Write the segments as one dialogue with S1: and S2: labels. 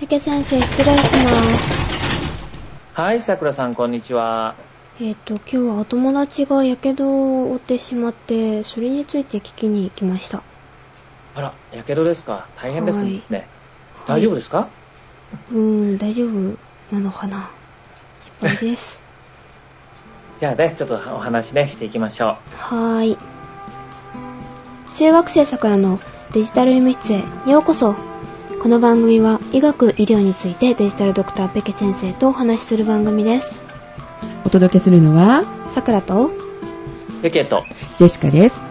S1: 竹先生、失礼します。
S2: はい、さくらさん、こんにちは。
S1: えっ、と、今日はお友達が火傷を負ってしまって、それについて聞きに行きました。
S2: あら、やけどですか大変ですね。大丈夫ですか、
S1: うーん、大丈夫なのかな失敗 です。
S2: じゃあね、ちょっとお話ね、していきましょ
S1: はーい。中学生さくらのデジタル医務室へようこそ。この番組は医学医療についてデジタルドクターペケ先生とお話しする番組です。
S3: お届けするのは
S1: さくらと、
S2: う。ペケと。
S3: ジェシカです。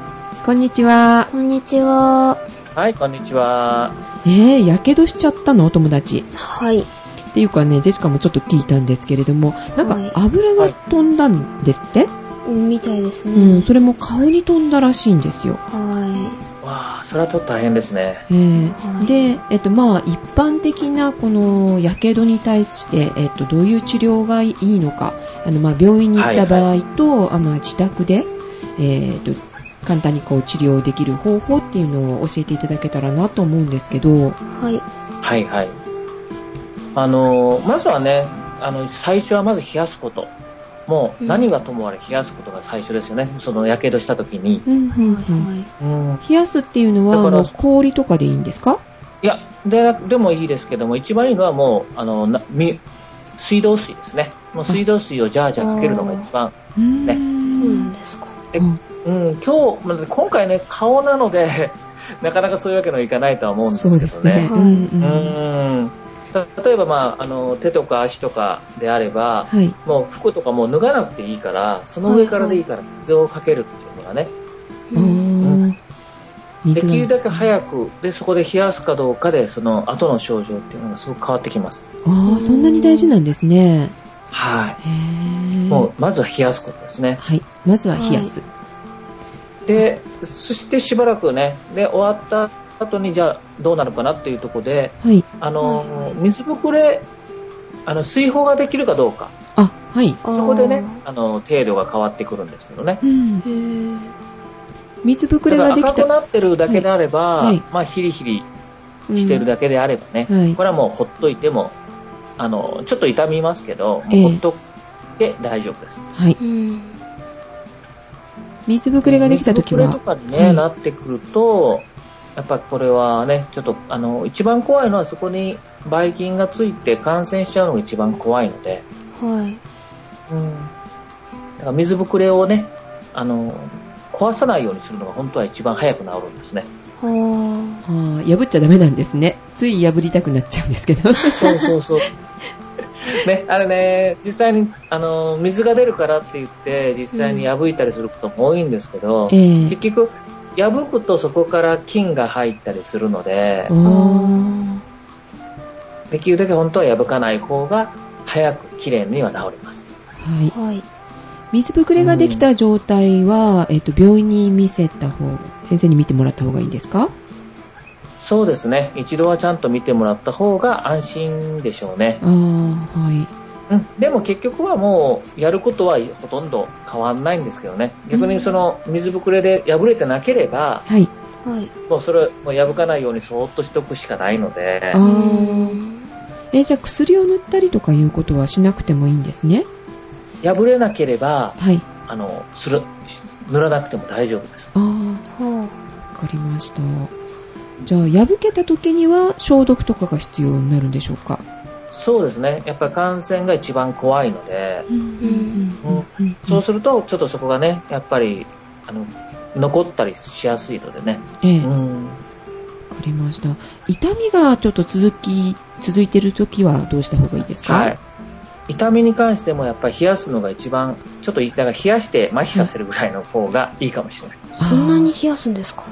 S3: こんにちは。
S1: こんにちは。
S2: はい、こんにちは。
S3: えー、やけどしちゃったのお友達。
S1: はい。
S3: っていうかね、ジェシカもちょっと聞いたんですけれども、なん
S1: はい
S3: か油が飛んだんですって、
S1: みたいですね。
S3: うん、それも顔に飛んだらしいんですよ。
S1: は
S2: わあ、それはちょっと大変ですね。
S3: えー
S1: はい
S3: で、えっと、まあ、一般的なこの、やけどに対して、えっと、どういう治療がいいのか、あの、まあ、病院に行った場合と、あまあ、自宅で、えーっと、簡単にこう、治療できる方法っていうのを教えていただけたらなと思うんですけど、
S1: い。はい。
S2: はい、はい。あのー、まずはね、あの、最初はまず冷やすこと。も
S1: う
S2: う、
S1: ん
S2: 何はともあれ冷やすことが最初ですよね。その、やけどした時に。
S3: うんうんうん
S1: はい。
S2: うん。
S3: 冷やすっていうのは、
S2: だ
S3: あ
S2: から
S3: の、氷とかでいいんですか
S2: いや、で、でもいいですけども、一番いいのはもう、あの、なみ水道水ですね。もう水道水をジャージャーかけるのが一番。
S3: うーん
S2: ね
S1: そうなんですか。
S2: でうん、今日、まあ今回ね、顔なので、 なかなかそういうわけにはいかないとは思うんです
S3: そ
S2: けど
S3: う
S2: ね。
S3: ですね。
S1: はい
S3: うんう
S2: うんん。た例えば、まあ、あの、手とか足とかであれば、
S3: はい。
S2: もう服とかもう脱がなくていいから、その上からでいいから水をかけるっていうのがね、
S3: あー
S2: で
S3: 水
S2: きる
S3: が。
S2: だけ早く、で、そこで冷やすかどうかで、その後の症状っていうのがすごく変わってきます。
S3: ああ、そんなに大事なんですね。
S2: はい。
S3: へー
S2: もう、まずは冷やすことですね。
S3: はい。まずは冷やす。
S2: で、そしてしばらくね、で、終わった後に、じゃあ、どうなるかなっていうところで、
S3: はい。
S2: あ
S1: はいは
S2: の
S1: い、
S2: 水ぶくれ、あの、水泡ができるかどうか、
S3: あ、はい。
S1: あー
S2: そこでね、あの、程度が変わってくるんですけどね。
S3: うん
S1: へー
S3: 水ぶく
S2: だ
S3: れ
S2: か
S3: が
S2: ら
S3: でき
S2: 赤く
S3: た。
S2: なってるだけであれば、
S3: はいはい
S2: まあ、ヒリヒリしてるだけであればね、
S3: うんはい
S2: これはもうほっといても、あの、ちょっと痛みますけど、
S3: ええ
S2: ほっといて大丈夫です。
S3: はい。
S1: うん。
S3: 水ぶくれができたとき
S2: 水
S3: は
S2: ぶ、くれとかに、ね
S3: はい
S2: なってくると、やっぱこれはね、ちょっと、あの、一番怖いのはそこにばい菌がついて感染しちゃうのが一番怖いので、
S1: はい。
S2: うん。だから水ぶくれをね、あの、壊さないようにするのが本当は一番早く治るんですね。
S1: は
S3: あー破っちゃダメなんですね。つい破りたくなっちゃうんです けど。
S2: そうそうそう。ね、あれね、実際に、あの、水が出るからって言って、実際に破いたりすることも多いんですけど、
S3: ええ
S2: 結局、破くとそこから菌が入ったりするので
S3: あ、ー
S2: できるだけ本当は破かない方が、早く綺麗には治ります。
S3: はい
S1: あ。。はい。
S3: 水ぶくれができた状態は、えっと、病院に見せた方、先生に見てもらった方がいいんですか
S2: そうですね。一度はちゃんと見てもらった方が安心でしょうね。
S3: ああ、はい。
S2: うん、でも結局はもうやることはほとんど変わんないんですけどね逆にその水ぶくれで破れてなければ
S3: はい。
S1: はい。
S2: もうそれもう破かないようにそーっとしとくしかないので
S3: あー
S1: うん
S3: えーじゃあ薬を塗ったりとかいうことはしなくてもいいんですね。
S2: 破れなければ
S3: はい。
S2: あのする塗らなくても大丈夫です
S3: あ
S1: は
S3: あ、わかりました。じゃあ、破けた時には消毒とかが必要になるんでしょうか
S2: そうですねやっぱり感染が一番怖いので
S3: うん
S2: うん
S3: うん
S2: そうするとちょっとそこがねやっぱりあの残ったりしやすいのでね、
S3: ええ、
S2: う
S3: わか
S2: ん、
S3: りました。痛みがちょっと続き、続いてる時はどうした方がいいですか
S2: はい。痛みに関してもやっぱり冷やすのが一番、ちょっとだから冷やして麻痺させるぐらいの方がいいかもしれない。
S1: あ。そんなに冷やすんですか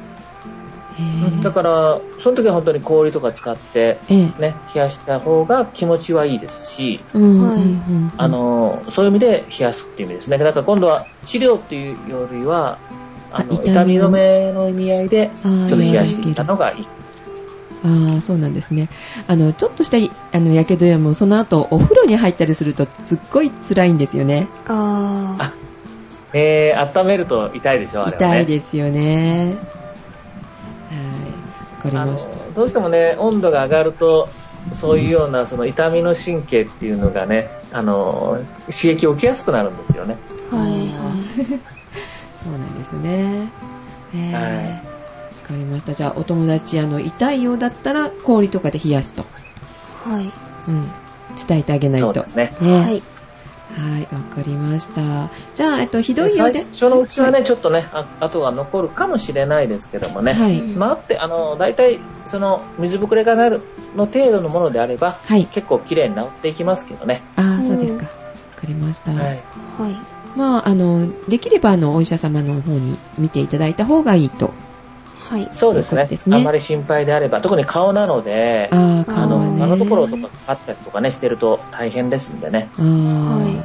S3: えー
S2: だから、その時は本当に氷とか使って、
S3: ええ
S2: ね、冷やした方が気持ちはいいですし、
S3: うん
S1: はい
S3: うんうん
S2: あの、そういう意味で冷やすっていう意味ですね。だから今度は治療っていうよりは、あの
S3: あ痛
S2: 痛
S3: み
S2: み
S3: の
S2: 止めの意味合いで、
S3: あー
S2: ちょっと冷やしていったのがいい。
S3: ああ、そうなんですね。あの、ちょっとしたい、あの、やけどやも、その後、お風呂に入ったりすると、すっごい辛いんですよね。
S1: あ
S2: あえー、温めると痛いでしょ、あれは、ね。
S3: 痛いですよね。はい。わかりました。
S2: あのどうしてもね、温度が上がると、そういうようなその痛みの神経っていうのがね、あの刺激を受けやすくなるんですよね。
S1: はいはい。
S3: そうなんですね。えー、
S2: はい
S3: わかりました。じゃあ、お友達、あの、痛いようだったら、氷とかで冷やすと。
S1: はい。
S3: うん。伝えてあげないと。
S2: そうですね。
S3: ね
S1: はい。
S3: はい、わかりました。じゃあ、えっと、ひどいよう
S2: 最
S3: で。
S2: 初のうちはね、ちょっとね、あ後が残るかもしれないですけどもね。
S3: はい。
S2: まあ、あって、あの、大体、その、水ぶくれがなるの程度のものであれば、
S3: はい。
S2: 結構綺麗に治っていきますけどね。
S3: ああ、
S1: うん
S3: そうですか。わかりました。
S2: はい。
S1: はい。
S3: まあ、あの、できれば、あの、お医者様の方に見ていただいた方がいいと。
S1: はい。
S2: そうです
S3: というこ
S2: ね
S3: とですね
S2: あまり心配であれば、特に顔なので、あ
S1: ー
S3: ああ、顔
S2: の
S3: はね。
S2: あのところとかかったりとかね、してると大変ですんでね。
S3: ああ、
S1: はい
S3: わ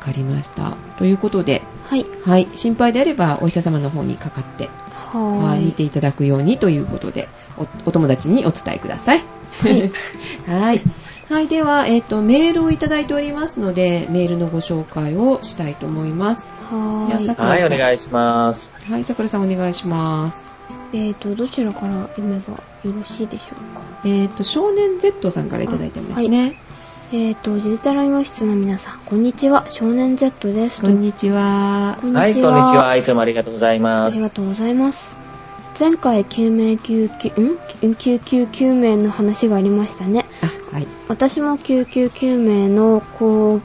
S3: かりました。ということで、
S1: はい。
S3: はい、心配であれば、お医者様の方にかかって、
S1: は
S3: はい、見
S1: い。
S3: ていただくようにということで、おお友達にお伝えください。はい。 はい。では、えっ、と、メールをいただいておりますので、メールのご紹介をしたいと思います。
S1: はい
S3: やさ
S2: はい、お願いします。
S3: はい、さくらさんお願いします。
S1: えーと、どちらから読めばよろしいでしょうか。
S3: えっ、と、少年 Z さんからいただいてますね。
S1: えーと、デジタル医務室の皆さん、こんにちは。少年 Z です。
S3: こんにちは。
S1: こん
S2: はい、
S1: に
S2: こんに
S1: ち
S2: ち
S1: は。
S2: は。いつもありがとうござい
S1: あ
S2: ま
S1: りが
S2: す。
S1: とうございます。前回救命救急、ん救急救命の話がありましたね。
S3: あ、はい。
S1: 私も救急救命の講ん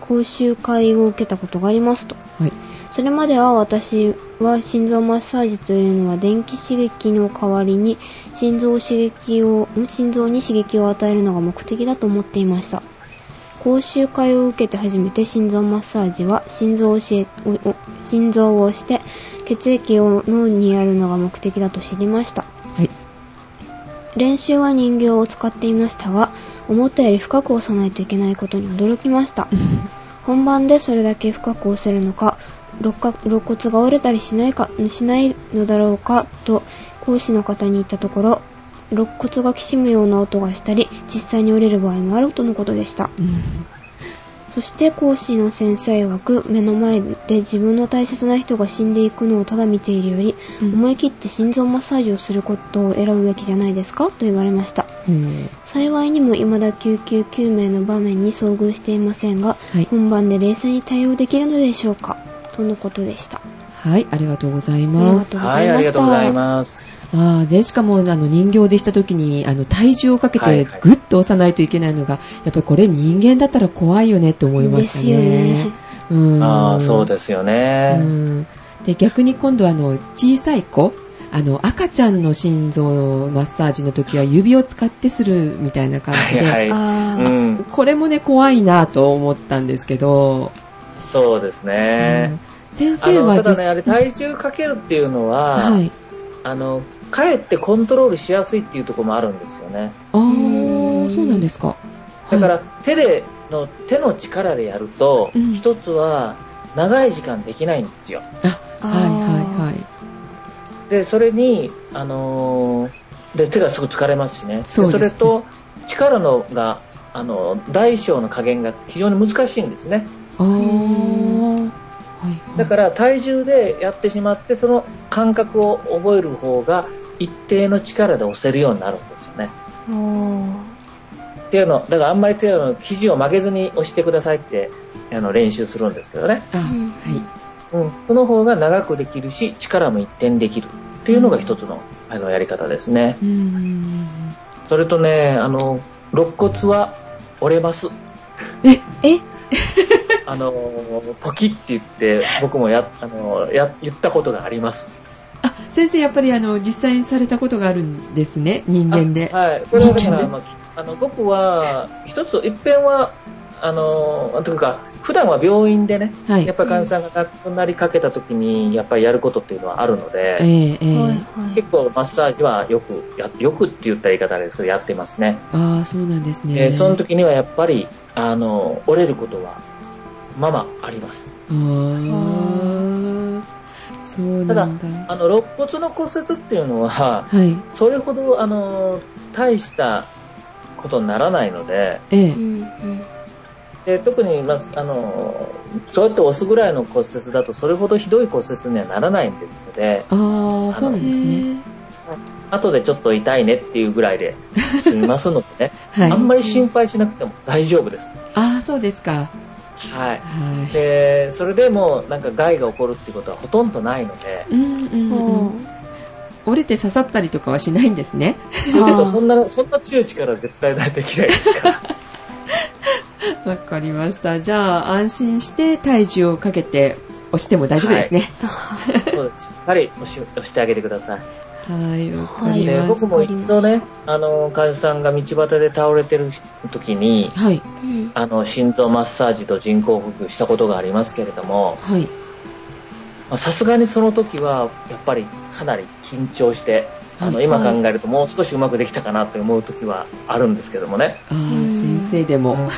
S1: 講習会を受けたことがありますと。
S3: はい。
S1: それまでは私は心臓マッサージというのは電気刺激の代わりに心臓を刺激を、ん心臓に刺激を与えるのが目的だと思っていました。講習会を受けて初めて心臓マッサージは心臓をしおお心臓をして血液を脳にやるのが目的だと知りました。
S3: はい。
S1: 練習は人形を使っていましたが思ったより深く押さないといけないことに驚きました本番でそれだけ深く押せるのか肋骨肋骨が折れたりしないかしないのだろうかと講師の方に言ったところ肋骨がきしむような音がしたり実際に折れる場合もあるとのことでしたそして講師の先生曰く目の前で自分の大切な人が死んでいくのをただ見ているより、
S3: うん
S1: 思い切って心臓マッサージをすることを選ぶべきじゃないですかと言われました
S3: うん。
S1: 幸いにも未だ救急救命の場面に遭遇していませんが、
S3: はい
S1: 本番で冷静に対応できるのでしょうかとのことでした
S3: はい、ありがとうござい
S1: あり
S3: ま
S1: が
S3: す。
S1: とうご
S2: は
S1: ざい
S2: い、あ
S1: ま
S2: りが
S1: し
S2: と
S1: た
S2: うございます。
S3: ああ、で、しかも、あの、人形でした時に、あの、体重をかけ
S2: はい
S3: て
S2: はい
S3: グッと押さないといけないのが、やっぱりこれ人間だったら怖いよねって思いました
S1: で
S3: ね。
S1: す
S3: よね。
S2: ああ、そうですよ
S3: う
S2: ね。
S3: ん。で、逆に今度あの、小さい子、あの、赤ちゃんの心臓マッサージの時は指を使ってするみたいな感
S2: は
S3: じで、
S2: い、はい。
S1: あー
S2: うん、
S3: これもね、怖いなと思ったんですけど、
S2: そうです
S3: う
S2: ね
S3: ん。先
S2: あ
S3: 生
S2: のた
S3: は
S2: だ
S3: 実
S2: ね、あれ、体重かけるっていうのは、
S3: はい。
S2: あの、かえってコントロールしやすいっていうところもあるんですよね。
S3: あ
S1: う
S3: あ、
S1: ん
S3: そうなんですか。
S2: だから、
S3: はい、
S2: 手での、手の力でやると、
S3: うん
S2: 一つは、長い時間できないんですよ。
S3: あ、はいはいはい。
S2: で、それに、あのーで、手がすぐ疲れますしね。
S3: そうですね
S2: れと、力のが、あの、大小の加減が非常に難しいんですね。
S3: ああ、
S1: ん
S3: はい。、
S2: だからら、体重でやってしまって、その感覚を覚える方が、一定の力で押せるようになるんですよね。
S1: おー
S2: っていうの、だからあんまり手の肘を曲げずに押してくださいって、あの、練習するんですけどね。
S3: あ、
S1: うん
S3: はい。
S2: うん。その方が長くできるし、力も一点できる。っていうのが一つの、あの、やり方ですね。
S3: うーん。
S2: それとね、あの、肋骨は折れます。
S3: え、
S1: え
S2: あの、ポキって言って、僕もや、あの、や、言ったことがあります。
S3: あ、先生、やっぱりあの、実際にされたことがあるんですね、人間で。
S2: あはい。これはだか
S3: 人間で
S2: ら、まあ、あの、僕は、一つ、一遍は、あの、というか、普段は病院でね、
S3: はい
S2: やっ。ぱり患者さんが亡くなりかけた時に、やっぱりやることっていうのはあるの
S3: え
S2: で、
S3: えええ
S1: はいはい
S2: 結構マッサージはよくや、よくって言ったら言い方あれですけど、やってますね。
S3: ああ、そうなんですね。
S2: えーその時にはやっぱり、あの、折れることは、ままあります。
S3: あーそうなんだ。
S2: あの、肋骨の骨折っていうのは、
S3: はい。
S2: それほど、あの、大したことにならないので、
S3: ええ
S1: うんうん
S2: で特に、まあ、あの、そうやって押すぐらいの骨折だと、それほどひどい骨折にはならないんですので、
S3: ああ、そうなんですね。
S2: あ後でちょっと痛いねっていうぐらいで済みますのでね、
S3: はい
S2: あんまり心配しなくても大丈夫です。
S3: ああ、そうですか。
S2: はい。
S3: は
S2: で、それでもうなんか害が起こるってことはほとんどないので、
S3: い。うんうんうん、
S1: おー
S3: 折れて刺さったりとかはしないんです ね。
S2: けどそんな、そんな強い力は絶対できないですから。
S3: わかりました。じゃあ、安心して体重をかけて押しても大丈夫ですね。
S2: そうです。しっかり押し押してあげてください。
S3: はい、わかり
S2: で
S3: ま
S2: 僕
S3: す。
S2: も一度ね、あの、患者さんが道端で倒れてる時に、
S3: はい、
S1: うん
S2: あの、心臓マッサージと人工呼吸したことがありますけれども、
S3: はい。
S2: まあさすがにその時は、やっぱりかなり緊張して、あの、
S3: はい
S2: 今考えるともう少しうまくできたかなと思う時はあるんですけどもね。
S3: あ
S1: う
S3: あ、
S1: ん
S3: 先生でも。
S2: はい。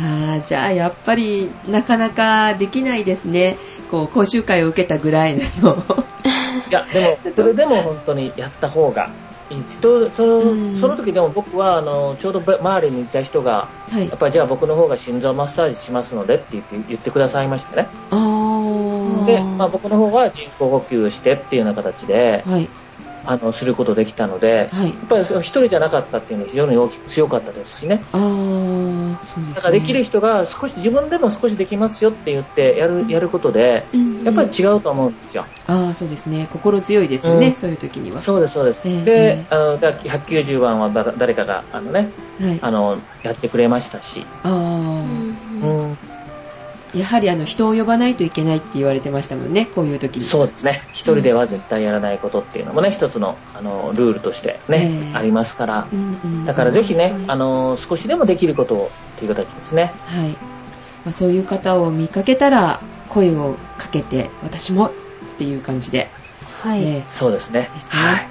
S3: ああ、じゃあ、やっぱり、なかなかできないですね。こう、講習会を受けたぐらいなの。
S2: いや、でも、それでも本当にやった方がいいですとその、
S3: うん
S2: その時でも僕は、あの、ちょうど周りにいた人が、
S3: はい
S2: やっ。ぱりじゃあ僕の方が心臓マッサージしますのでって言って言ってくださいましてね。
S3: ああ、
S2: で、
S1: うん
S2: まあ、僕の方は人工呼吸をしてっていうような形で、
S3: はい、
S2: あの、することできたので、
S3: はい。
S2: やっぱりその一人じゃなかったっていうのは非常に大きく強かったですしね。
S3: ああ、そうですね。
S2: だからできる人が少し、自分でも少しできますよって言ってやる、やることで、
S3: うん
S2: やっぱり違うと思うんですよ。
S3: ああ、そうですね。心強いですよね、
S2: うん
S3: そういう時には。
S2: そうです、そうです。
S3: ええ
S2: で、あの、だ190番はだ誰かが、あのね、
S3: はい。あ
S2: あの、やってくれましたし、
S1: う
S3: あ
S1: ん
S2: うん、
S3: ー、やはりあの、人を呼ばないといけないって言われてましたもんね、こういう時に。
S2: そうですね。一人では絶対やらないことっていうのもね、一つの、あの、ルールとしてね、
S3: ええ
S2: ありますから
S3: う、んうん。
S2: だからぜひね
S1: う、ん
S2: あの、少しでもできることをっていう形ですね。
S3: はい。まあ、そういう方を見かけたら、声をかけて、私もっていう感じで。
S1: はい。
S3: え
S2: そうですね
S3: ーです。ね。
S2: はい。
S3: は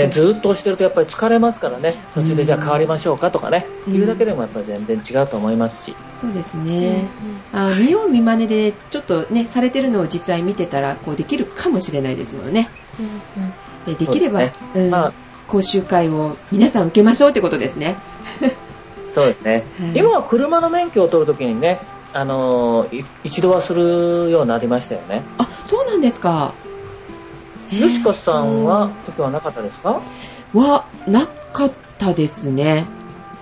S2: で、
S3: い
S2: ずーっと押してるとやっぱり疲れますからね、途中でじゃあ変わりましょうかとかね、
S3: うん
S2: 言うだけでもやっぱり全然違うと思いますし、
S3: そうです
S1: うん
S3: ね。あー見よう見まねで、ちょっとね、されてるのを実際見てたら、こうできるかもしれないですもんね。
S1: うん
S3: でできれば、
S2: そうで
S3: うん
S2: まあ
S3: 講習会を皆さん受けましょうってことですね。
S2: そうですね。
S3: はい
S2: 今は車の免許を取るときにね、あのーい一度はするようになりましたよね。
S3: あ、そうなんですか。えー
S2: よしこさんは、時はなかったですか、
S3: は、なかったですね。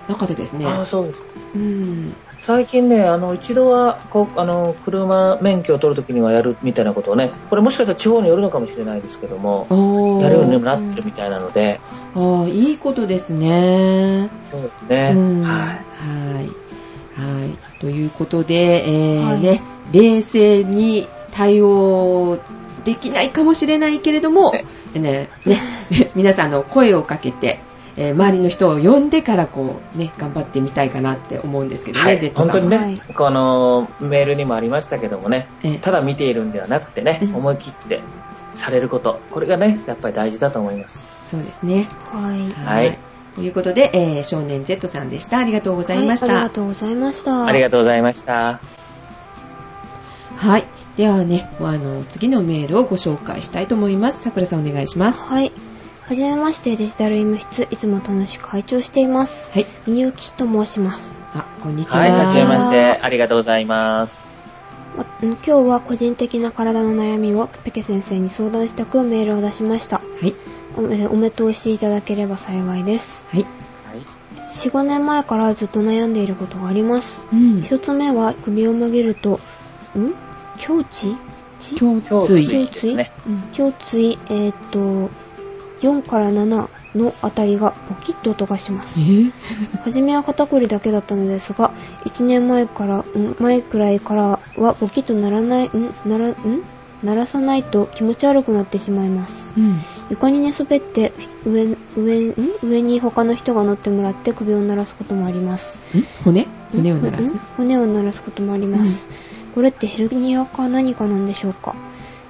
S3: なかったですね。
S2: ああ、そうです。
S3: うん。
S2: 最近ね、あの、一度は、こう、あの、車免許を取るときにはやるみたいなことをね、これもしかしたら地方によるのかもしれないですけども、
S3: お
S2: やるようにもなってるみたいなので、
S3: ああ、いいことですね。
S2: そうです
S3: う
S2: ね。
S3: ん。
S2: はい。
S3: はい。はい。ということで、えー
S1: はい
S3: ね、冷静に対応できないかもしれないけれども、
S2: ね
S3: ね、ね、皆さんあの声をかけて、えー周りの人を呼んでからこう、ね、頑張ってみたいかなって思うんですけどね、
S2: はい
S3: Z
S2: 本
S3: さ
S2: 当
S3: ん
S2: に
S3: は。
S2: ね、
S1: はい
S2: このメールにもありましたけどもね、
S3: えー
S2: ただ見ているんではなくてね、
S3: うん
S2: 思い切ってされること、これがね、やっぱり大事だと思います。
S3: そうですね。
S1: はい。
S2: はい
S3: ということで、えー少年 Z さんでした。ありがとうございまし
S1: はいありが
S3: た。
S1: とうございました。
S2: ありがとうございました。
S3: はい。ではね、あの、次のメールをご紹介したいと思います。桜さんお願いします。
S1: はい。はじめまして、デジタル医務室、いつも楽しく拝聴しています。
S3: はい。
S1: みゆきと申します。
S3: あ、こんにちは。
S2: はい、はじめま
S1: す
S2: して、ありがとうございます。
S1: わ今日は個人的な体の悩みをペケ先生に相談したくメールを出しました。
S3: はい。
S1: おえーお目通しいただければ幸いです。
S3: はい。
S2: はい。
S1: 4、5年前からずっと悩んでいることがあります。
S3: うん。
S1: 一つ目は首を曲げると、ん胸椎ち
S3: 共
S2: 胸
S3: 通
S2: 椎ですね。
S1: 胸椎、えーっと、4から7のあたりがポキッと音がします。初めは肩こりだけだったのですが、1年前から、ん前くらいからはボキッとならない、んなら、ん鳴らさないと気持ち悪くなってしまいます。
S3: うん。
S1: 床に寝そべって、上、上、ん上に他の人が乗ってもらって首を鳴らすこともあります。
S3: 骨
S1: ん
S3: 骨を鳴らす
S1: ん。骨を鳴らすこともあります、これってヘルニアか何かなんでしょうか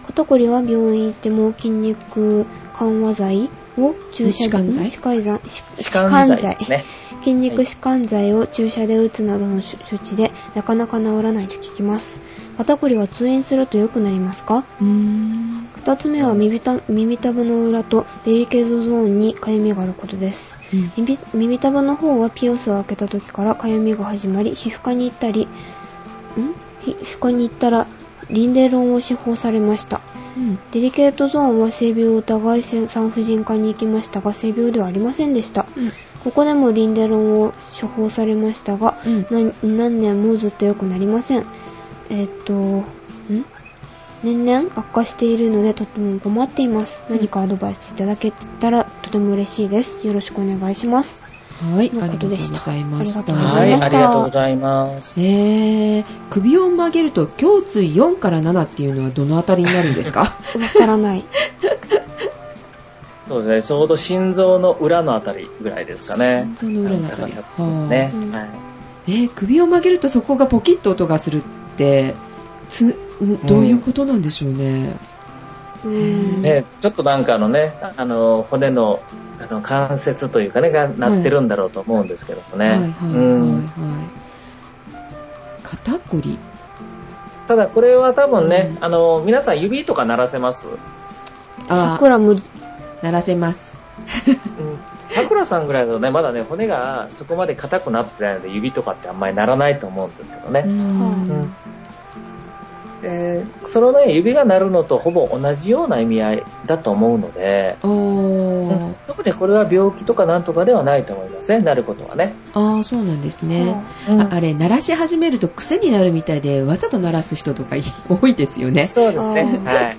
S1: 肩こりは病院行っても筋肉緩和剤を注射で
S3: 弛緩剤
S1: ん弛緩剤し
S2: 弛緩
S1: 弛
S2: 剤
S1: 緩
S2: ですね。
S1: 筋肉弛緩剤を注射で打つなどの処処置でなかなか治らないと聞きます肩こりは通院すると良くなりますか
S3: うーん。
S1: 2つ目は耳た耳たぶの裏とデリケートゾーンにかゆみがあることです
S3: うん
S1: 耳耳たぶの方はピオスを開けた時からかゆみが始まり皮膚科に行ったりん皮膚科に行ったらリンデロンを処方されました
S3: うん
S1: デリケートゾーンは性病を疑い産婦人科に行きましたが性病ではありませんでしたここでもリンデロンを処方されましたが、
S3: うん
S1: 何何年もずっと良くなりませんえっとん年々悪化しているのでとても困っています
S3: うん
S1: 何かアドバイスいただけたらとても嬉しいですよろしくお願いします
S3: はい、
S1: の
S3: あ
S1: こと
S3: りがとうご
S1: でした
S3: ざいまし
S1: ありがとうござ
S2: はいい、
S1: まし
S2: あ
S1: た
S2: りがとうございます。
S3: えー、首を曲げると胸椎4から7っていうのはどのあたりになるんですか
S1: わからない
S2: そうですね、ちょうど心臓の裏のあたりぐらいですかね。
S3: 心臓の裏のあたり
S2: 高さね、
S1: うん
S2: はい。
S3: えー、首を曲げるとそこがポキッと音がするってつんどういうことなんでしょうね、
S1: うーん
S2: ね、ちょっとなんかあのね、あの、骨の、あの、関節というかね、がなってるんだろうと思うんですけどもね。
S3: はいはいはい
S2: うん。
S3: はい肩こり
S2: ただこれは多分ね、
S3: う
S2: あの、皆さん指とか鳴らせます
S3: あ
S1: 桜無理
S3: 鳴らせます
S2: さくらさんぐらいだとね、まだね、骨がそこまで硬くなってないので、指とかってあんまりならないと思うんですけど
S3: う
S2: ね。
S3: ん
S2: うんでそのね、指が鳴るのとほぼ同じような意味合いだと思うので、
S3: おー
S2: 特にこれは病気とかなんとかではないと思いますね、なることはね。
S3: あーそうなんですね、
S2: うん
S3: ああれ鳴らし始めると癖になるみたいでわざと鳴らす人とか多い ですよね
S2: そうですね。
S1: あ
S2: はい。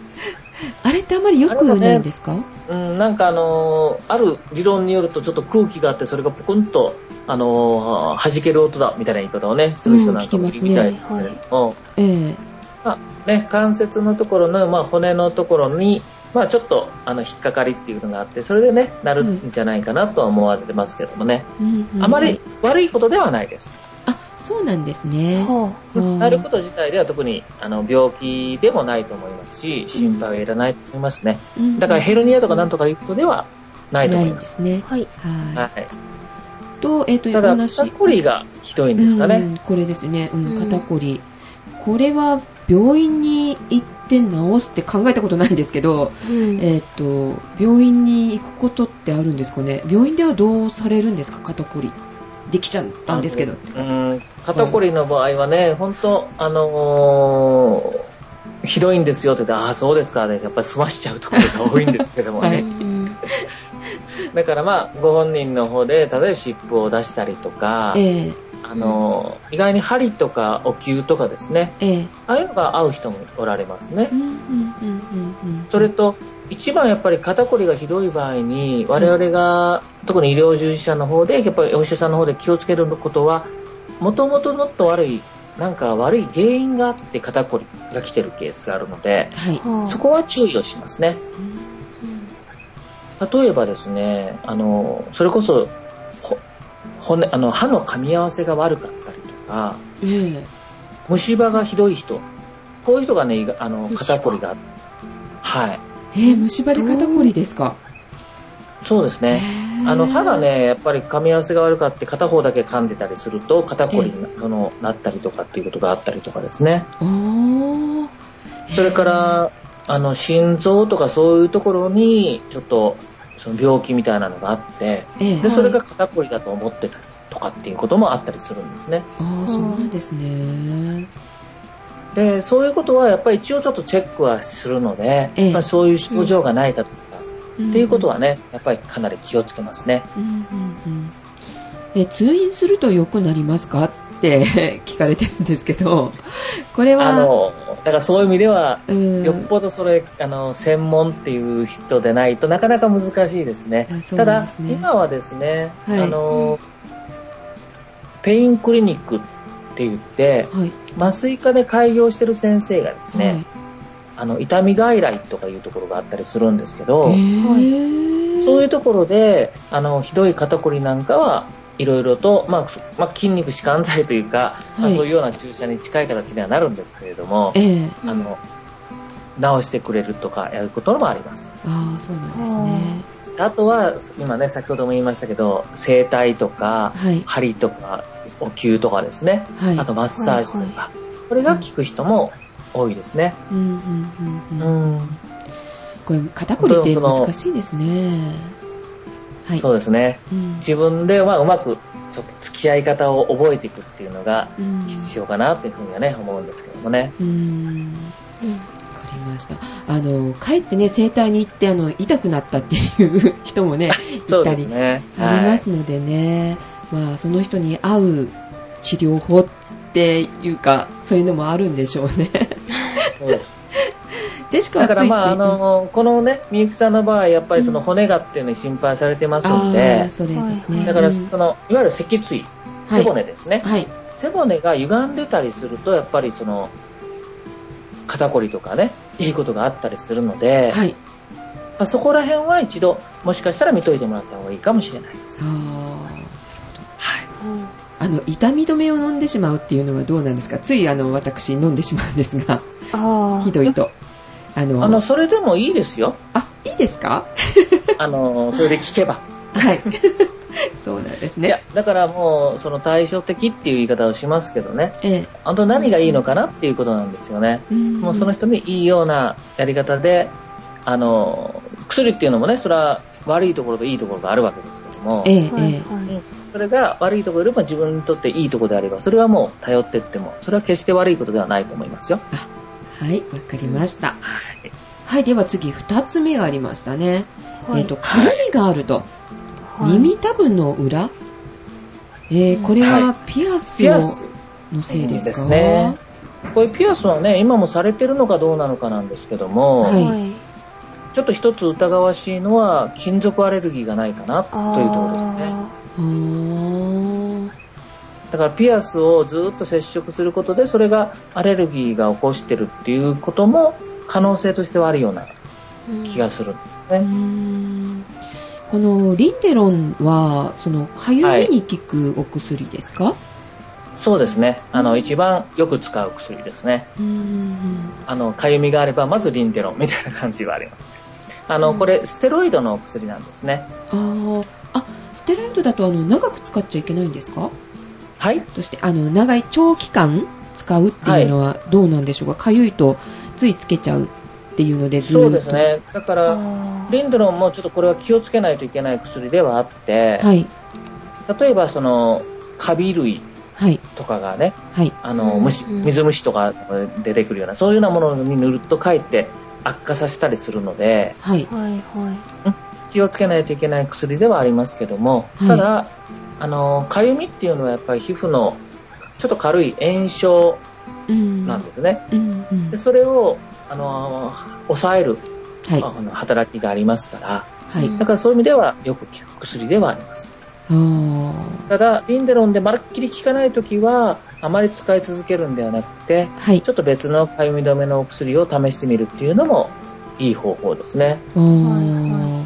S3: あれってあまり良くないんですか、
S2: うん、なんかあのーある理論によるとちょっと空気があって、それがポコンと、あのー弾ける音だみたいな言い方をね、する人なんかもいるみたいですけれども、
S3: ええ
S2: まあね、関節のところの、まあ、骨のところに、まあ、ちょっとあの引っかかりっていうのがあって、それでね、なるんじゃないかなとは思われてますけどもね、
S3: うんうん
S2: あまり悪いことではないです。
S3: あそうなんですね
S1: は
S3: あー
S2: なること自体では特にあの病気でもないと思いますし、心配はいらないと思いますね。
S3: うん
S2: だからヘルニアとかなんとかいうことではないと
S3: な
S2: 思
S3: い
S2: い
S3: ん
S2: ま。
S3: ですすね
S1: あはい
S3: は
S2: はい
S3: いとえっ、と
S2: ただ、
S3: 同じ
S2: 肩こりがひどいんですかね。
S3: うんこれですね、う
S1: うん
S3: ん、肩こり、これは病院に行って治すって考えたことないんですけど、
S1: うん
S3: えっ、と病院に行くことってあるんですかね病院ではどうされるんですか肩こりできちゃったんですけどって
S2: うん、肩こりの場合はね、本当、あのーひどいんですよって言って、ああ、そうですかね、やっぱり済ましちゃうところが多いんですけども
S3: は
S2: ね。
S3: い
S1: うん
S2: だからまあ、ご本人の方で、例えば湿布を出したりとか、
S3: ええ
S2: あのー意外に針とかお灸とかですね、
S3: ええ
S2: ああいうのが合う人もおられますね
S3: う。んうんうんうんうん
S2: それと、一番やっぱり肩こりがひどい場合に、我々が、特に医療従事者の方で、やっぱりお医者さんの方で気をつけることは、もともともっと悪い、なんか悪い原因があって肩こりが来てるケースがあるので、
S3: はい、
S1: はあ
S2: そこは注意をしますね。
S1: うん
S2: 例えばですね、あの、それこそ、ほ骨、あの、歯の噛み合わせが悪かったりとか、
S3: ええ
S2: 虫歯がひどい人、こういう人がね、意外あの、
S1: 虫歯
S2: 肩こりが、はい。
S3: ええ虫歯で肩こりですか、
S2: そうですね。
S3: へえ
S2: あの歯がね、やっぱり噛み合わせが悪かって片方だけ噛んでたりすると肩こりにな,、そのなったりとかっていうことがあったりとかですね。
S3: おー
S2: それから、あの、心臓とかそういうところに、ちょっと、その病気みたいなのがあって、
S3: ええ
S2: で、それが肩こりだと思ってたりとかっていうこともあったりするんですね。
S3: ああそうなんですね
S2: で、そういうことはやっぱり一応ちょっとチェックはするので、
S3: ええ
S2: まあ、そういう症状がないかとか、っていうことはね、やっぱりかなり気をつけますね。
S3: うんうんうんえ通院すると良くなりますかって聞かれてる んですけど、これは、
S2: あの、だからそういう意味では、
S3: うん
S2: よっぽどそれ、あの、専門っていう人でないとなかなか難しいですね。
S3: あそう
S2: た
S3: なん
S2: だ
S3: です、ね
S2: 今はですね、
S3: はい
S2: あの、ペインクリニックって言って、
S3: はい、
S2: 麻酔科で開業してる先生がですね、あの、痛み外来とかいうところがあったりするんですけ
S3: は
S2: ど、
S1: は
S3: い、
S1: い
S3: へー
S2: そういうところで、あの、ひどい肩こりなんかはいろいろと、まあ、そまあ、筋肉弛緩剤というか、まあ
S3: はい
S2: そういうような注射に近い形にはなるんですけれども、
S3: ええ
S2: あの、直してくれるとかやることもあります。
S3: ああそうなんですね。
S2: あとは、今ね、先ほども言いましたけど、整体とか、
S3: はい、
S2: 針とか、お灸とかですね。
S3: はい、
S2: あと、マッサージとか、これが効く人も多いですね。
S3: うんうんうんうん、
S2: うん。
S3: これ肩こりって
S2: 本当にその
S3: 難しいですね。はい、
S2: そうですね。
S3: うん
S2: 自分で、まあ、うまく、ちょっと付き合い方を覚えていくっていうのが
S3: うん
S2: 必要かなっていうふうにはね、思うんですけどもね。
S3: うん、こきました。あの、帰ってね、整体に行って、あの、痛くなったっていう人もね、
S2: そ
S3: いうた
S2: です
S3: り
S2: ね。
S3: あります
S2: は
S3: のでね、まあ、その人に合う治療法っていうか、そういうのもあるんでしょうね。
S2: いそうです
S3: ジェシカ
S2: だ
S3: はつ
S2: か
S3: いつ
S2: ら
S3: い。
S2: まあ、あの、このね、みゆきさんの場合、やっぱりその骨がっていうのに心配されてますん
S3: あ
S2: で
S3: ー、それです
S1: は
S3: ね。
S1: い
S2: だから、
S3: うん
S2: その、いわゆる脊椎、背骨ですね。
S3: はい。
S2: 背骨が歪んでたりすると、やっぱりその、肩こりとかね、いいことがあったりするので、
S3: はい。
S2: まあ、そこら辺は一度、もしかしたら見といてもらった方がいいかもしれないです。
S3: あー
S2: はい。
S3: あの痛み止めを飲んでしまうっていうのはどうなんですかついあの私飲んでしまうんですが
S1: あ
S3: ひどいとあの
S2: あの、それでもいいですよ。
S3: あいいですか
S2: あの、それで聞けば。
S3: はいそうなんです
S2: いや
S3: ね、
S2: だからもう、その対照的っていう言い方をしますけどね、
S3: え
S2: 本当何がいいのかなっていうことなんですよね。
S3: え
S2: もうその人にいいようなやり方で、あの、薬っていうのもね、それは悪いところといいところがあるわけですけども、
S3: ええ
S1: あ。はい
S3: ええ
S1: はい。
S2: それが悪いところよりも自分にとっていいところであれば、それはもう頼っていっても、それは決して悪いことではないと思いますよ。
S3: はいわかりました
S2: はい。
S3: はいでは次2つ目がありましたね、
S1: はい
S3: えっ、とかゆみがあると、
S1: はい
S3: 耳たぶんの裏えー、これはピアス
S2: ピ
S3: の,、
S2: アス、
S3: せいですか
S2: ですねこういうピアスはね、今もされてるのかどうなのかなんですけども、
S3: はい
S1: はい。
S2: ちょっと一つ疑わしいのは、金属アレルギーがないかなというところですね。
S1: あ
S3: あー
S2: だからピアスをずっと接触することで、それがアレルギーが起こしてるっていうことも、可能性としてはあるような
S1: ー
S2: 気がするんです
S3: うー
S2: ね。
S3: んこのリンテロンはそのかゆみに効くお薬ですか、
S2: そうですね。あの、一番よく使う薬ですね。
S3: うーん
S2: あの、かゆみがあれば、まずリンテロンみたいな感じはあります。あの、これ、ステロイドのお薬なんですね。
S3: あーあステロイドだとあの長く使っちゃいけないんですか
S2: はい。
S3: そしてあの長い長期間使うっていうのはどうなんでしょうかかゆ、い、とついつけちゃうっていうのでずーっ
S2: そ
S3: と
S2: うですね。だから、
S1: あー
S2: リンテロンもちょっとこれは気をつけないといけない薬ではあって、
S3: はい
S2: 例えば、その、カビ類
S3: はい
S2: とかがね、
S3: はい
S2: あの、
S1: うん
S2: 虫、
S1: うん
S2: 水虫とか出てくるような、そういうようなものに塗るとかえって悪化させたりするので、
S3: はい
S1: はいは
S2: 気をつけないといけない薬ではありますけども、
S3: はい
S2: ただ、あの、かゆみっていうのはやっぱり皮膚のちょっと軽い炎症
S3: うん
S2: なんですね。
S3: うんうん
S2: でそれを、あの、抑える、
S3: はい
S2: あの働きがありますから、
S3: はい
S2: だからそういう意味ではよく効く薬ではあります。
S3: あー
S2: ただ、リンデロンでまるっきり効かないときは、あまり使い続けるんではなくて、
S3: はい
S2: ちょっと別のかゆみ止めのお薬を試してみるっていうのもいい方法ですね。
S3: あー
S1: は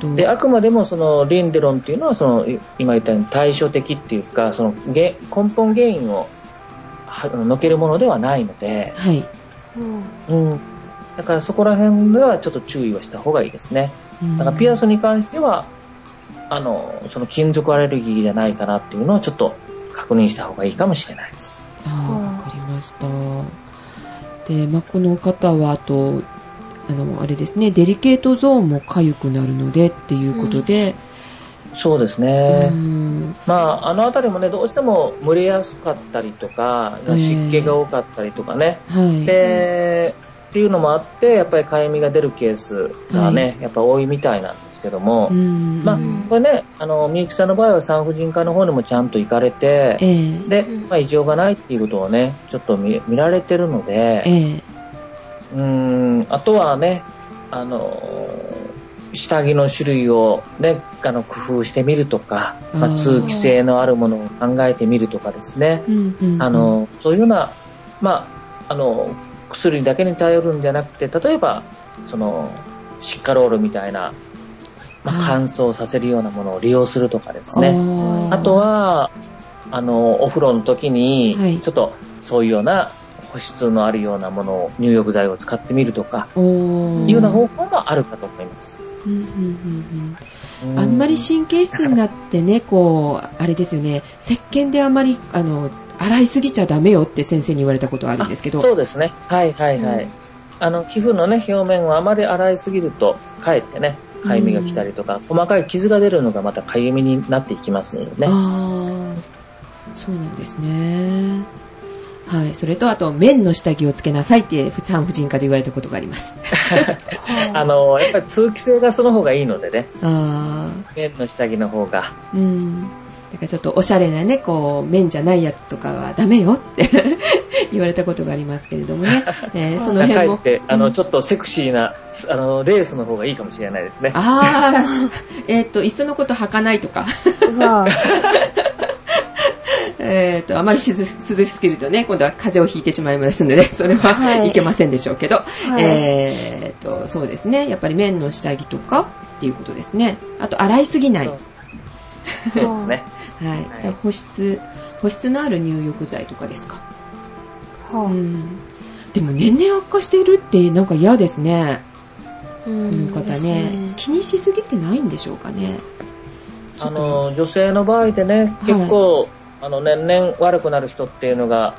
S3: と
S2: で、あくまでもそのリンデロンっていうのはそのい今言ったように対照的っていうか、そのげ根本原因をはのけるものではないので、
S3: はい
S1: い。うん
S2: うん。だからそこら辺ではちょっと注意はした方がいいですね。
S3: うん
S2: だからピアスに関しては、あの、その金属アレルギーじゃないかなっていうのはちょっと確認した方がいいかもしれないです。
S3: ああ、わかりました。で、まあ、この方は、あと、あの、あれですね、デリケートゾーンも痒くなるのでっていうことで、
S2: そうです
S3: う
S2: ね。
S3: ーん、
S2: まあ、あの辺りもね、どうしても蒸れやすかったりとか、
S3: えー
S2: 湿気が多かったりとかね、
S3: はい。
S2: で、っていうのもあって、やっぱりかゆみが出るケースがね、やっぱ多いみたいなんですけども
S3: う、ん、
S2: まあ
S1: うん、
S2: これね、あの、みゆきさんの場合は産婦人科の方にもちゃんと行かれて、
S3: ええ
S2: で、
S1: うん
S2: まあ、異常がないっていうことをね、ちょっと見見られてるので、
S3: ええ
S2: うーん、あとはね、あの、下着の種類をね、あの、工夫してみるとか、ま
S3: あー
S2: あ、通気性のあるものを考えてみるとかですね、
S3: うんうん
S2: あ、の、そういうような、まあ、あの、薬だけに頼るんじゃなくて、例えば、その、シッカロールみたいな、まあ
S3: はい
S2: 乾燥させるようなものを利用するとかですね。
S3: ー
S2: あと、は、あの、お風呂の時
S3: はい
S2: に、ちょっと、そういうような保湿のあるようなものを、入浴剤を使ってみるとか、
S3: おー
S2: いうような方法もあるかと思います。
S3: うんうんうん
S2: う
S3: うんあんまり神経質になってね、こう、あれですよね、石鹸であんまり、あの、洗いすぎちゃダメよって先生に言われたことはあるんですけど、
S2: あそうですね。はいはいはい。
S1: うん
S2: あの、皮膚のね、表面をあまり洗いすぎると、かえってね、かゆみが来たりとか、細かい傷が出るのがまたかゆみになっていきますのでね。
S3: ああ、そうなんですね。はい、それとあと綿の下着をつけなさいって産婦人科で言われたことがあります。
S2: あの、やっぱり通気性がその方がいいのでね、
S3: あ
S2: 綿の下着の方が。
S3: ーうん。だからちょっとおしゃれなね、こう、綿じゃないやつとかはダメよって 言われたことがありますけれども ね、えーその
S2: だからか
S3: 辺
S2: え
S3: も。
S2: って、あ
S3: う
S2: の、
S3: ん
S2: ちょっとセクシーな、あの、レースの方がいいかもしれないですね。
S3: あー、 えっ、と、いっそのこと履かないとか、
S1: うわぁ
S3: えっと、あまりしず涼しすぎるとね、今度は風邪をひいてしまいますので、 それは、、
S1: はいい
S3: けませんでしょうけど、
S1: い
S3: えっ、と、そうですね、やっぱり綿の下着とかっていうことですね。あと、洗いすぎない。
S2: そう
S3: は
S2: そうですね。
S3: い。
S2: はい
S3: だから保湿、保湿のある入浴剤とかですか。う
S1: は
S3: んでも年々悪化しているってなんか嫌ですね、
S1: ぁう
S3: この方ね気にしすぎてないんでしょうかねちょ
S2: あ
S3: っと
S2: の、女性の場合でね、
S3: はい
S2: 結構、あの、年々悪くなる人っていうのが、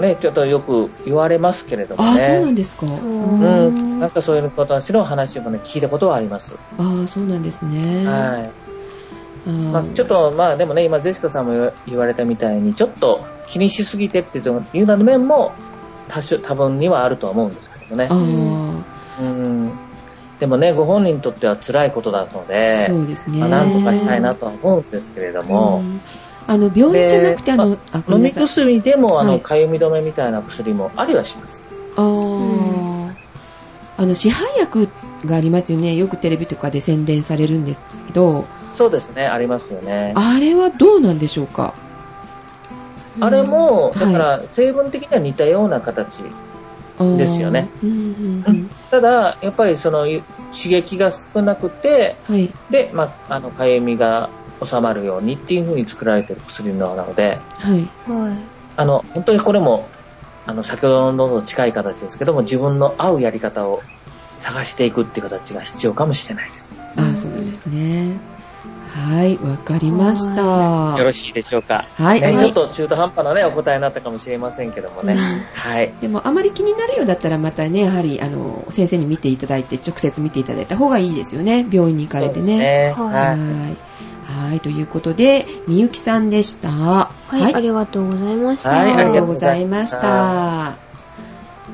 S2: ね、ちょっとよく言われますけれどもね。
S3: ああそうなんですか、
S1: ん
S2: う
S1: だ
S2: ん、なんかそういう方たちの話もね、聞いたことはあります。
S3: ああそうなんですね、
S2: はい。
S3: あー
S2: まあ、ちょっと、まあでもね、今、ゼシカさんも言われたみたいに、ちょっと気にしすぎてっていうような面も多種多分にはあるとは思うんですけどね
S3: あ。ー
S2: うん。でもね、ご本人にとっては辛いことなので、
S3: そうですね、
S2: まあ、なんとかしたいなとは思うんですけれども、
S3: うんあの病院じゃなくて
S2: で
S3: あの、
S2: ま
S3: あごめ
S2: 飲
S3: んな
S2: み
S3: さい
S2: 薬でも、あ
S3: は
S2: の、
S3: い
S2: かゆみ止めみたいな薬もありはします。
S3: あーあの市販薬がありますよねよくテレビとかで宣伝されるんですけど
S2: そうですね、ありますよね。
S3: あれはどうなんでしょうか
S2: あれも、
S3: うん
S2: だから、成分的には似たような形。
S3: あー
S2: ですよね
S3: うんうんうん
S2: ただ、やっぱりそのい刺激が少なくて、
S3: はい
S2: で、まあ、あの、かゆみが収まるようにっていう風に作られてる薬なので、
S3: はい
S1: は
S2: あの、本当にこれも、あの、先ほどのと近い形ですけども、自分の合うやり方を探していくっていう形が必要かもしれないです。よ
S3: あーそうなんですね。はい、わかりました。
S2: ろしいでしょうか。
S3: はい、あ
S2: ね、
S3: ま
S2: ち
S3: り
S2: ょっと中途半端なね、お答えになったかもしれませんけどもね。はい。
S3: でもあまり気になるようだったらまたね、やはりあの先生に見ていただいて、直接見ていただいた方がいいですよね。病院に行かれて
S2: そうです
S3: ね。
S2: ね
S1: はい。
S2: は
S3: はい。はい、ということで、みゆきさんでした。はい
S1: はい、ありがとうございました。
S2: は
S3: あ
S2: い
S3: りがとう
S2: う
S3: ご
S2: ご
S3: ざ
S2: ざ
S3: い
S2: い
S3: ま
S2: ま
S3: し
S2: した
S3: た。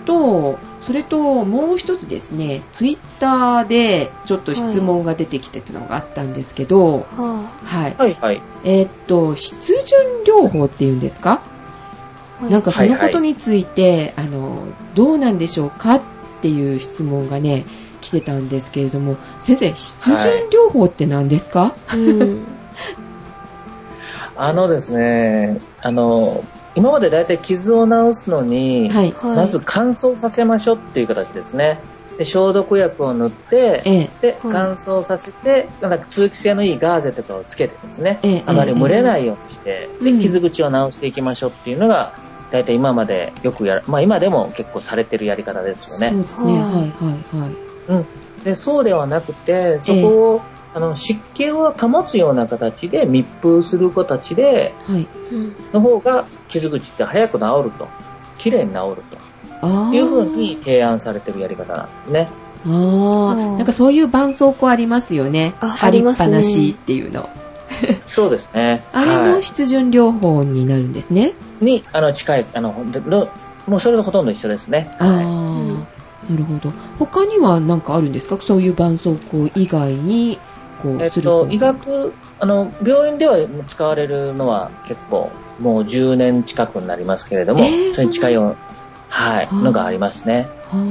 S3: と、それともう一つですね、ツイッターでちょっと質問が出てきてたのがあったんですけど、
S1: は
S3: はい
S2: い。。はい。はい。
S3: えーっと、湿潤療法っていうんですか、
S1: ぁ
S3: なんかそのことについて、あの、どうなんでしょうかっていう質問がね、来てたんですけれども、先生、湿潤療法って何ですか、
S1: うん。
S2: あのですね、あの、今までだいたい傷を治すのに、
S3: はい、
S1: はい。
S2: まず乾燥させましょうっていう形ですね。で消毒薬を塗って、
S3: ええ、
S2: で、
S1: うん
S2: 乾燥させて、なんか通気性のいいガーゼとかをつけてですね、
S3: ええ
S2: あまり蒸れないようにして、
S3: う
S2: で、
S3: ん
S2: 傷口を治していきましょうっていうのが、大体今までよくやる、まあ今でも結構されてるやり方ですよ
S3: そう
S2: ね。
S3: ですね、は、
S1: はいい
S3: はい、はい。
S2: で、そうではなくて、そこを、あの、湿気を保つような形で密封する形で、
S3: はい。
S1: うん。
S2: の方が傷口って早く治ると、綺麗に治ると
S3: あー
S2: いうふうに提案されてるやり方なんですね。
S3: あー
S1: うん
S3: なんかそういう絆創膏ありますよね。
S1: あ
S3: 貼りっぱな
S1: あります
S3: し
S1: ね
S3: っていうの。
S2: そうですね。
S3: あれ
S2: は
S3: も
S2: い
S3: 湿潤療法になるんですね。
S2: に、あの、近い、あの、ほんでのもうそれとほとんど一緒ですね。は
S3: ああ、なるほど。他には何かあるんですかそういう絆創膏以外に、こ
S2: いえ
S3: う、
S2: っ
S3: する方
S2: と、
S3: 法
S2: 医学、あの、病院では使われるのは結構、もう10年近くになりますけれども、
S3: えー
S2: それに近いような、はい、
S3: はい
S2: のがありますね。
S1: ん
S3: はあ、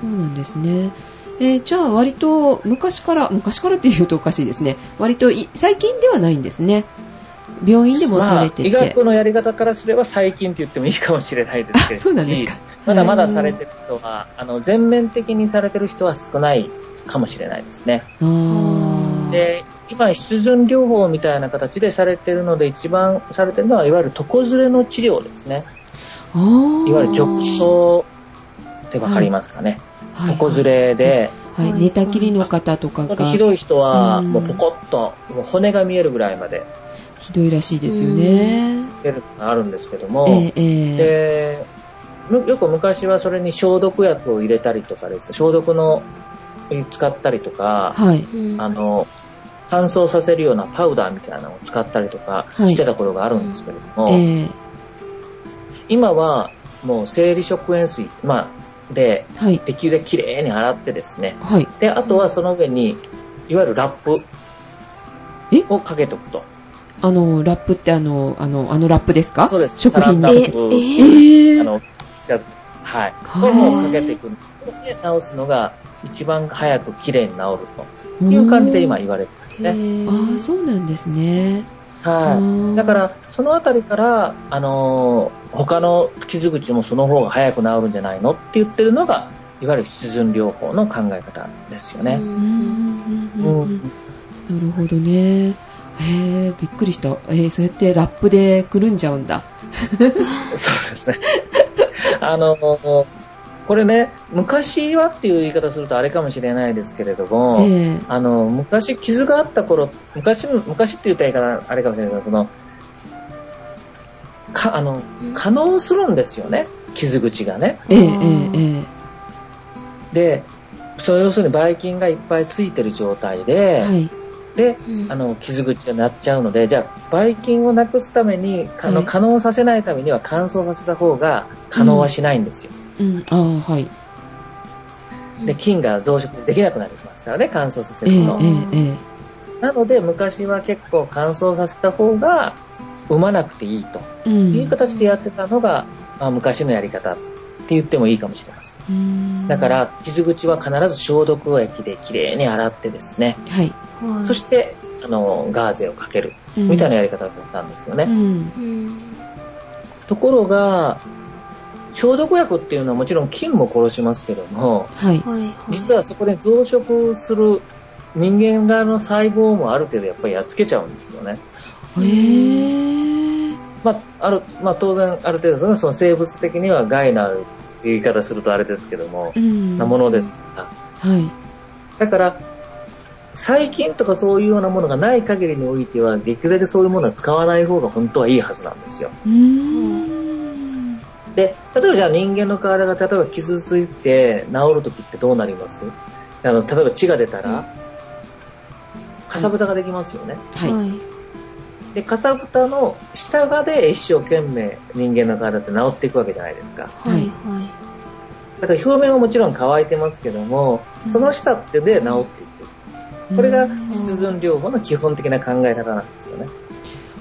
S3: そうなんですね。えーじゃあ割と昔から、昔からって言うとおかしいですね。割とい最近ではないんですね。病院でもされてて。
S2: まあ医学のやり方からすれば最近って言ってもいいかもしれないですけ
S3: あ、
S2: れど
S3: そうなんですか。
S2: まだまだされてる人は、あの、全面的にされてる人は少ないかもしれないですね。
S3: あー
S2: で、今、湿潤療法みたいな形でされてるので、一番されてるのは、いわゆる床ずれの治療ですね。
S3: あー
S2: いわゆる褥瘡ってわかりますかね。
S3: はい
S2: 床ずれで、
S3: はい、
S1: はい
S3: 寝たきりの方とか
S2: 本当に
S3: が
S2: ひどい人は、
S3: うん
S2: もうポコッと、もう骨が見えるぐらいまで
S3: ひどいらしいですよね。
S2: 出るのがあるんですけども、
S3: ええええ
S2: で、むよく昔はそれに消毒薬を入れたりとかですね、消毒の使ったりとか、
S3: はい。
S1: うん。
S2: あの、乾燥させるようなパウダーみたいなのを使ったりとか
S3: はい
S2: してた頃があるんですけれども、
S3: ええ
S2: 今はもう生理食塩水、まあ、で、
S3: はい。
S2: できるだけ綺麗に洗ってですね、
S3: はい。
S2: で、あとはその上に、いわゆるラップ
S3: え
S2: をかけておくと。
S3: あの、ラップってあの、あの、あのラップですか
S2: そうです
S3: 食品
S2: サラ
S3: の。
S2: ン
S1: え
S2: ラッ、プ
S3: え
S1: えー、
S3: ー
S2: あの、やはい。
S3: は
S2: こ
S3: い
S2: れもかけていくんです。これで直すのが一番早く綺麗に治るという感じで今言われてますね。
S3: あーそうなんですね。、
S2: はい。だからら、そのあたりから、あのー他の傷口もその方が早く治るんじゃないのって言ってるのが、いわゆる湿潤療法の考え方ですよね。
S3: う
S1: うんん
S3: うんうんうんなるほどね。へーびっくりした。えーそうやってラップでくるんじゃうんだ。
S2: そうですね。 あのーこれね、昔はっていう言い方するとあれかもしれないですけれども、
S3: え
S2: あの、昔、傷があった頃、昔、昔って言ったらいいかなあれかもしれないけど、その、か、あの、可能するんですよね、傷口がね。
S3: ええええ
S2: で、その要するにばい菌がいっぱいついてる状態
S3: ええ
S2: で、
S3: はい。
S2: で、
S1: うん
S2: あの、傷口がなっちゃうので、じゃあ、ばい菌をなくすために、あ
S3: は
S2: の、
S3: い
S2: 可能させないためには乾燥させた方が可能はしないんですよ。
S3: うん、あーはい。
S2: で、菌が増殖できなくなりますからね、乾燥させ
S3: ええ
S2: る
S3: え
S2: と。
S3: えええ
S2: なので、昔は結構乾燥させた方が、産まなくていいと。
S3: うん
S2: いう形でやってたのが、まあ、昔のやり方って言ってもいいかもしれません。
S3: うん
S2: だか、ら、傷口は必ず消毒液できれいに洗ってですね、
S3: はい。
S1: はい
S2: そして、あの、ガーゼをかける、みたいなやり方だったんですよね。
S3: うん。
S1: うん
S2: ところが、消毒薬っていうのはもちろん菌も殺しますけども、
S3: はい。
S1: はいはい、
S2: 実はそこで増殖する人間側の細胞もある程度やっぱりやっつけちゃうんですよね。
S3: ええ
S2: まあ、ある、まあ当然ある程度、その生物的には害のあるっていう言い方するとあれですけども、
S3: うん。
S2: なものですから。
S3: はい。
S2: だから、細菌とかそういうようなものがない限りにおいては、できるだけそういうものは使わない方が本当はいいはずなんですよ。
S3: うーん。
S2: で、例えばじゃあ人間の体が例えば傷ついて治るときってどうなりますあの、例えば血が出たら、かさぶたができますよね。
S3: はい。
S2: で、かさぶたの下側で一生懸命人間の体って治っていくわけじゃないですか。
S1: はいはい
S2: だから表面はもちろん乾いてますけども、その下ってで治っていく。これが湿潤療法の基本的な考え方なんですよね。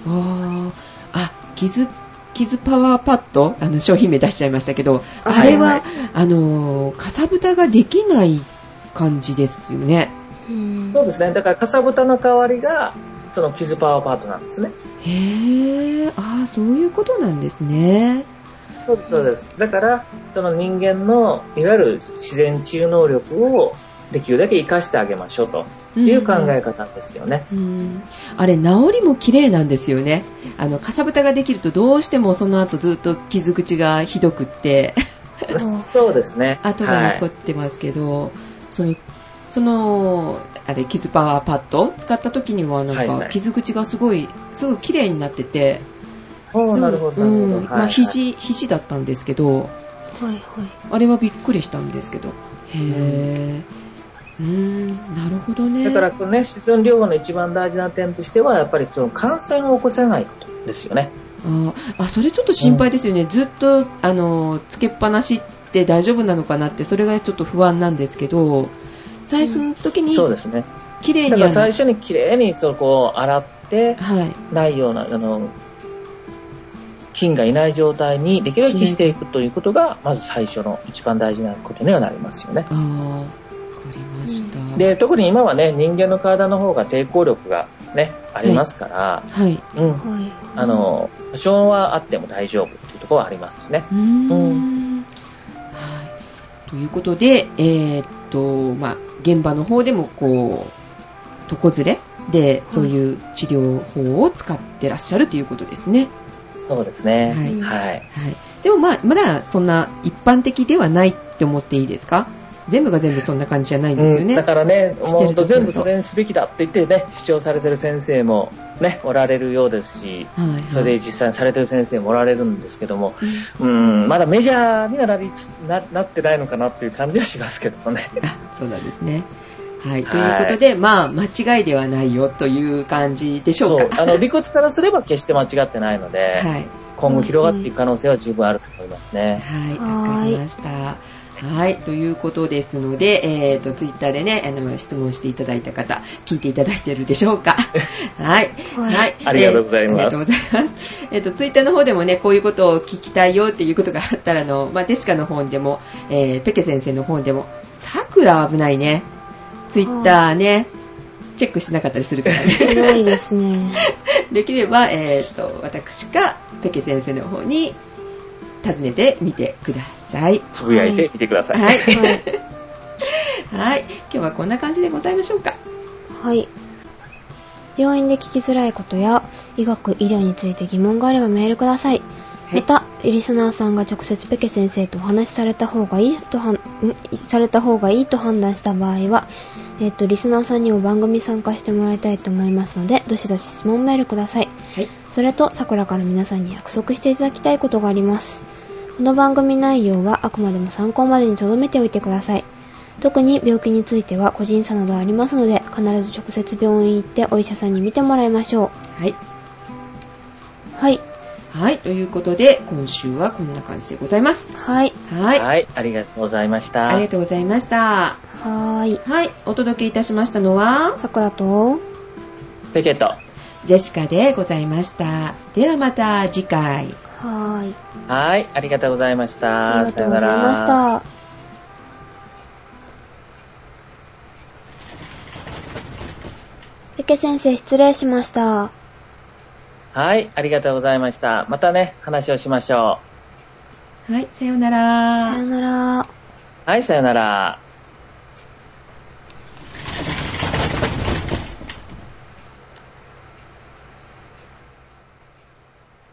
S3: ああ、あ、傷、傷パワーパッドあの、商品名出しちゃいましたけど、
S1: あ
S3: あれは、
S2: はいはい
S3: あのー、かさぶたができない感じですよね。
S1: うん
S2: そうですね。だから、かさぶたの代わりが、その傷パワーパートなんですね。
S3: へえ、ああ、そういうことなんですね。
S2: そうです、そうです。だから、その人間の、いわゆる自然治癒能力を、できるだけ活かしてあげましょうという考え方ですよね。
S3: うんあれ、治りも綺麗なんですよね。あの、かさぶたができるとどうしてもその後ずっと傷口がひどくって、
S1: ん
S2: そうですね。
S3: 跡が
S2: はい
S3: 残ってますけど、その、その、あれ、傷パワーパッド使った時には、なん
S2: はい
S3: か
S2: は、い
S3: 傷口がすごい、すごい綺麗になってて、
S2: おー
S3: すごい
S2: なるほど、
S3: うん
S2: なるほど。
S3: ま
S2: は
S3: あ、
S2: い
S3: 肘、肘だったんですけど、
S1: はいはい
S3: あれはびっくりしたんですけど。へえ。うーん、なるほどね。
S2: だから、このね、室温療法の一番大事な点としては、やっぱりその感染を起こせないことですよね。
S3: あーあ、それちょっと心配ですよね。ずっと、あの、つけっぱなしって大丈夫なのかなって、それがちょっと不安なんですけど、最初の時に
S2: そう、ですね。
S3: 綺麗
S2: だ
S3: に
S2: から
S3: あの
S2: 最初にきれいにそこを洗って、
S3: はい。
S2: ないような、あの、菌がいない状態にできるだけしていくということが、まず最初の一番大事なことにはなりますよね。
S3: ああ、わかりました。、
S2: で、特に今はね、人間の体の方が抵抗力がね、ありますから、
S3: はい。
S2: うん。
S1: はい
S2: あの、多少はあっても大丈夫っていうところはありますね。
S3: うーんはい。ということで、えーっと、まあ、現場の方でも、こう、床ずれで、そういう治療法を使ってらっしゃるということですね。
S2: そうですね。
S3: はい
S2: はい。
S3: はい。でも、まあ、まだそんな一般的ではないって思っていいですか全部が全部そんな感じじゃないんですよ
S2: うん
S3: ね。
S2: だからね、もう
S3: 知ってるところと
S2: 全部それにすべきだって言ってね、主張されてる先生もね、おられるようですし、
S3: はい、はい。
S2: それで実際にされてる先生もおられるんですけども、うん、まだメジャーにはなりつななってないのかなっていう感じはしますけどもね。
S3: あ、そうなんですね。はい、ということで、まあ、間違いではないよという感じでしょ
S2: そうう
S3: か。
S2: あの理屈からすれば決して間違ってないので、
S3: はい。
S2: 今後広がっていく可能性は十分あると思いますね。
S3: はい、
S1: はーい
S3: わかりました。はい、ということですので、えっ、と、ツイッターでね、あの、質問していただいた方、聞いていただいてるでしょうか。はい。
S1: はい
S3: はい。
S2: ありがとうございます
S3: えーありがとうございます。えっ、と、ツイッターの方でもね、こういうことを聞きたいよっていうことがあったら、あの、まあ、ジェシカの本でも、えーペケ先生の本でも、桜危ないね。ツイッターね、チェックしてなかったりするからね。
S1: すごいですね。
S3: できれば、えー、と私かペケ先生の方に尋ねてみてください。
S2: つぶやいてみてください。
S3: はい、
S1: はい。
S3: はい、今日はこんな感じでございましょうか。
S1: はい。病院で聞きづらいことや、医学、医療について疑問があればメールください。
S3: い
S1: また、リスナーさんが直接ペケ先生とお話しされた方がいいとはん、んされた方がいいと判断した場合は、えっ、と、リスナーさんにも番組に参加してもらいたいと思いますので、どしどし質問メールください。
S3: はい、
S1: それと、さくらから皆さんに約束していただきたいことがあります。この番組内容はあくまでも参考までに留めておいてください。特に病気については個人差などありますので、必ず直接病院に行ってお医者さんに診てもらいましょう。
S3: はい、
S1: はい。
S3: はい、ということで今週はこんな感じでございます。
S1: はい。
S3: はい、
S2: はいありがとうございました。
S3: ありがとうございました。
S1: はーい。
S3: はい、お届けいたしましたのは
S1: さくらと、
S2: ペケット。
S3: ジェシカでございました。ではまた次回。
S1: はーい。
S2: はい、ありがとうございました。
S1: ありがとうござ
S2: さ
S1: い
S2: よなら
S1: ました。ペケ先生失礼しました。
S2: はい、ありがとうございました。またね、話をしましょ
S3: はい、さようなら。
S1: さよなら。
S2: う。はい、さよなら。